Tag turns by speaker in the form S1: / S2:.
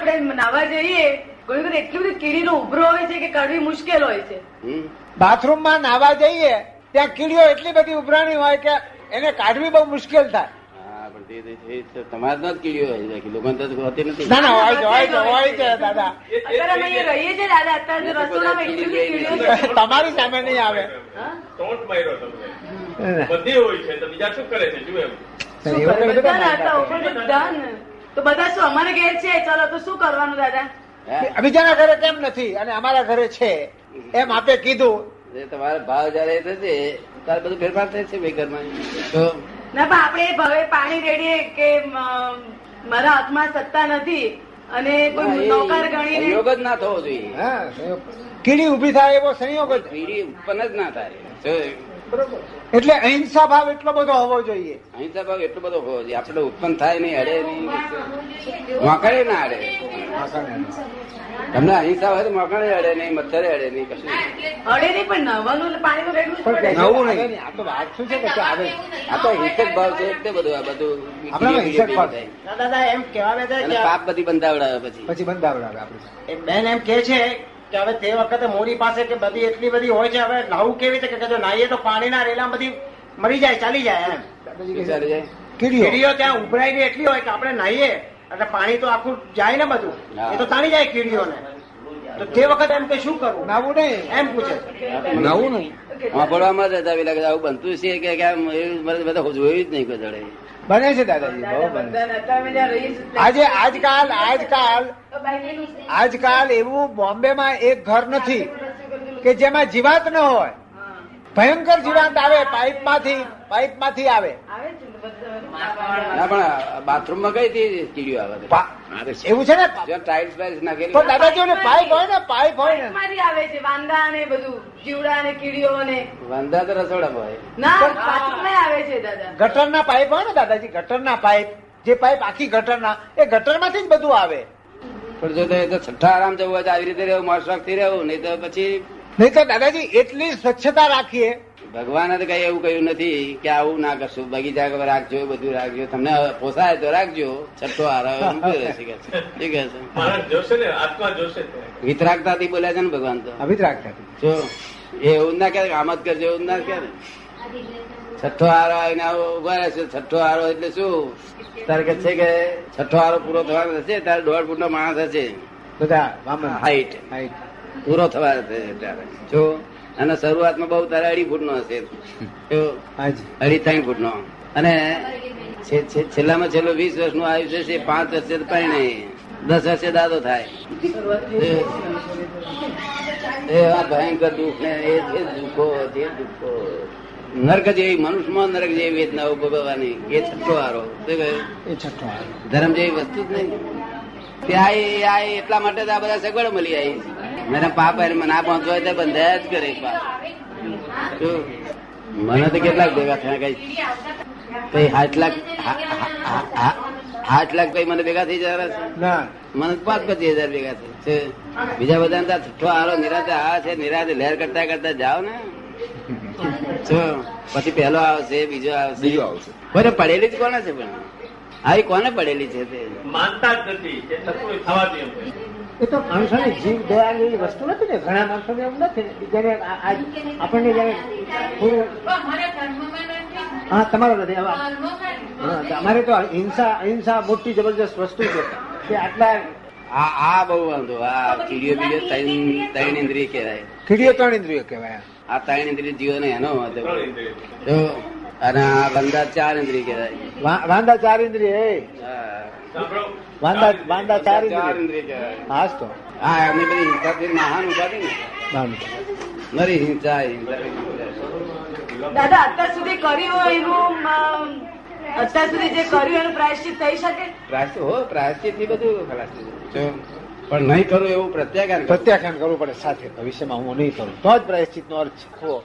S1: જયારે નાવા જઈએ કોઈ વખત એટલી બધી કીડીનો ઉભરો હોય છે કે કાઢવી મુશ્કેલ હોય છે
S2: હમ.
S3: બાથરૂમમાં નાવા જઈએ ત્યાં કીડીઓ એટલી બધી ઉભરાણી હોય કે એને કાઢવી બહુ મુશ્કેલ થાય
S2: હા, પણ તે- તે- તે- તે તમારામાં જ કીડીઓ હોય છે. બાકી લોકોને તો હોતી નથી.
S3: ના ના હોય છે હોય છે હોય છે દાદા
S1: અત્યારે અમે અહીંયા રહીએ છીએ દાદા અત્યારે
S2: એ તો
S1: રસોડામાં
S2: બધા
S1: એટલી બધી કીડીઓ છે
S3: તમારી સામે નહીં આવે
S1: હા?
S4: ટોન્ટ માર્યો તમને
S3: એવું
S4: બધી હોય છે તો બીજા શું કરે છે જુઓ એમ
S1: શું
S3: કઈ
S1: કરવાનું?
S3: બધું
S1: બધાના હતા
S3: ના
S1: ઉપર તો ધન. તો બધા શું અમારે ઘેર છે ચાલો તો શું કરવાનું દાદા
S2: હા.
S3: બીજાના ઘરે કેમ નથી અને અમારા ઘરે છે એમ આપે કીધું
S2: એ તમારા ભાવ જયારે થશે ત્યારે બધું ફેરફાર થાય છે ભાઈ ઘરમાં તો
S1: ના પણ આપણે એ ભાવે પાણી રેડીએ કે અમ, મારા હાથમાં સત્તા નથી અને
S2: હા,
S1: કોઈ
S2: એ
S1: નોકર ગણીને
S2: સંયોગ જ ના થવો જોઈએ
S3: હા સંયોગ. કીડી ઉભી થાય એવો સંયોગ જ.
S2: કીડી ઉત્પન્ન જ ના થાય જો
S3: એટલે અહિંસા ભાવ એટલો બધો હોવો જોઈએ
S2: અહિંસા ભાવ એટલો બધો હોવો જોઈએ આપણે ઉત્પન્ન થાય નહીં અડે નહીં વાંકડે ના અડે તમને અહિંસા હોય તો વાંકડે અડે નહીં મચ્છરે અડે નહીં કશું નહીં.
S1: અડે નહીં પણ નવાનું પાણીનું રેડવું જ પડે
S3: પણ
S2: નવું
S3: નવું
S2: નહીં.
S3: નહીં આ તો વાત શું છે કે તે આવે
S2: આ તો હિંસક ભાવ છે એટલે બધું આ બધું
S3: આપણામાં હિંસક ભાવ છે.
S2: થાય.
S5: દાદા એમ કહેવા બેઠા
S2: અને
S5: કે
S2: પાપ બધી બંધાવડાવે પછી
S3: પછી બંધ આવડાવે આપણે
S5: એક બેન એમ કે છે કે હવે તે વખતે મોરી પાસે કે બધી એટલી બધી હોય છે હવે નાહવું કેવી રીતે કે જો નાહીએ તો પાણીના રેલા બધી મરી જાય ચાલી જાય એમ
S2: વિચારે છે?
S3: કીડીઓ
S5: કીડીઓ ત્યાં ઉભરાઈને એટલી હોય કે આપણે નાહીએ એટલે પાણી તો આખું જાય ને બધું એ તો તાણી જાય કીડીઓને તો તે વખતે એમ કે શું કરવું
S3: નાવું નહીં
S5: એમ પૂછે છે.
S2: નવું વાપરવામાં જ રજા લાગે આવું બનતું છે કે કેમ એવું મને બધા જોયું જ નહીં કોઈ જોડે
S3: બને છે દાદાજી
S1: દાદા
S3: બહુ બને છે.
S1: બંધન હતા, અમે ત્યાં રહીએ છીએ.
S3: આજે આજકાલ આજકાલ
S1: તો બાકી-
S3: આજકાલ એવું બોમ્બેમાં એક ઘર નથી કે જેમાં જીવાત ન હોય
S1: હા.
S3: ભયંકર જીવાત આવે પાઇપમાંથી પાઇપમાંથી આવે
S1: આવે છે ને બધા-
S2: ના પણ બાથરૂમમાં કઈ થી કીડીઓ આવે છે?
S3: પા-
S2: આવે છે.
S3: એવું છે ને
S2: જો ટાઇલ્સ બાઇલ્સ નાખેલી
S3: પણ દાદાજી ઓલી પાઇપ હોય ને પાઇપ હોય ને
S1: માંથી આવે છે વાંદા ને બધું જીવડા ને કીડીઓ ને
S2: વાંધા તો રસોડામાં હોય
S1: ના બાથરૂમ આવે છે દાદા
S3: ગટરના પાઇપ હોય ને દાદાજી ગટરના પાઇપ જે પાઇપ આખી ગટરના એ ગટરમાંથી જ બધું આવે
S2: પણ જો તે તો છઠ્ઠા આરામ જવું હોય તો આવી રીતે રહેવું મોસવાકથી રહેવું નહીં તો પછી
S3: નહીં તો દાદાજી એટલી સ્વચ્છતા રાખીએ
S2: ભગવાને તો કઈ એવું કહ્યું નથી કે આવું ના કરશું બગીચા વગર રાખજો બધું રાખજો તમને પોસાય તો રાખજો છઠ્ઠો આરામ ઊભો રહેશે કે છે. શું કહે છે
S4: માણસ જોશે ને આત્મા જોશે તે.
S2: વિતરાગતાથી બોલ્યા છે ને ભગવાન તો
S3: આવી જ રાખતા હતા.
S2: જો એ એવું જ ના કહે કે આમ જ કરજો એવું જ ના કહે ને. છઠ્ઠો આરો આવીને આવો ઉભા રહેશે છઠ્ઠો આરો એટલે શું તારે કે છે કે છઠ્ઠો આરો પૂરો થવાનો હશે ત્યારે દોઢ ફૂટનો માણસ હશે
S3: બધા વામન
S2: હાઈટ
S3: હાઈટ.
S2: પૂરો થવા હશે ત્યારે જો અને શરૂઆતમાં બહુ તારે અઢી ફૂટનો હશે જો
S3: હાજી
S2: અઢી ત્રણ ફૂટનો અને છે- છે- છેલ્લામાં છેલ્લું વીસ વર્ષનું આયુષ્ય છે પાંચ વર્ષે પરિણે દસ વર્ષે દાદો થાય એ- એવા ભયંકર દુઃખ ને એ એ દુઃખો તે દુઃખો નર્ક જેવી મનુષ્યમાં નર્ક જેવી વેદનાઓ ભોગવવાની એ છઠ્ઠો આરો શું કહ્યું?
S3: એ છઠ્ઠો આવે
S2: ધર્મ જેવી વસ્તુ જ નહીં ત્યાં એ- આ એ એટલા માટે જ આ બધા સગવડ મળી આવી છે. મને પાપ એને ના પહોંચવા હોય તો બંધાયા જ કરે પાપ જો, મને તો કેટલાક ભેગા થયા કઈ કઈ આઠ લાખ આ- આ- આ- આ- આઠ લાખ કઈ મને ભેગા થઈ જવાના છે
S3: ના
S2: મને તો પાંચ પચીસ હજાર ભેગા થયા છે બીજા બધા છઠ્ઠો આરો નિરાતે આ છે નિરાતે લહેર કરતા કરતા જાઓ ને જો, પછી પહેલો આવશે બીજો આવશે બીજો આવશે પડેલી જ કોને છે પણ આવી કોને પડેલી છે તે
S4: માનતા જ નથી કે છતાં થવાથી એમ કહે.
S5: એ તો માણસોને જીવ દયા એવી વસ્તુ નથી ને ઘણા માણસોને એવું નથી ને. જ્યારે આ- આ- આપણને જ્યારે થોડું હા તમારો નથી હવે હા, અમારે તો હિંસા હિંસા મોટી જબરજસ્ત વસ્તુ છે કે આટલા
S2: આ આ બહુ વાંધો આ કીડીઓ બીડીઓ ત્રણ ત્રણ ઇન્દ્રિય કહેવાય
S3: કીડીઓ ત્રણ ઇન્દ્રિયો કહેવાય
S2: આ ત્રણ ઇન્દ્રિય જીવોને એનો વાંધો
S4: ત્રણ ઇન્દ્રિય.
S2: જો, અને આ બંધા ચાર ઇન્દ્રિય કહેવાય
S3: વા- વાંદા ચાર ઇન્દ્રિય એ
S2: હા.
S4: સાંભળો
S3: વાંદા વાંદા ચાર
S2: ચાર
S3: ઇન્દ્રિય
S2: ઇન્દ્રિય કહેવાય
S3: હાસ તો
S2: હા એમની બધી હિંસાથી મહાન ઉપાધિ ને
S3: વાંદા.
S2: નરી હિંસા હિંસા હિંસા.
S1: દાદા અત્યાર સુધી કર્યું એનું અમ, અત્યાર સુધી જે કર્યું એનું પ્રાયશ્ચિત થઈ શકે
S2: પ્રાયશ્ચિત હો પ્રાયશ્ચિત થી બધું ખલાસ થઈ જાય. પણ નહીં કરું એવું પ્રત્યાઘાત કરો.
S3: પ્રત્યાખ્યાન કરવું પડે સાથે ભવિષ્યમાં હું નહીં કરું તો જ પ્રાયશ્ચિત નો અર્થ છે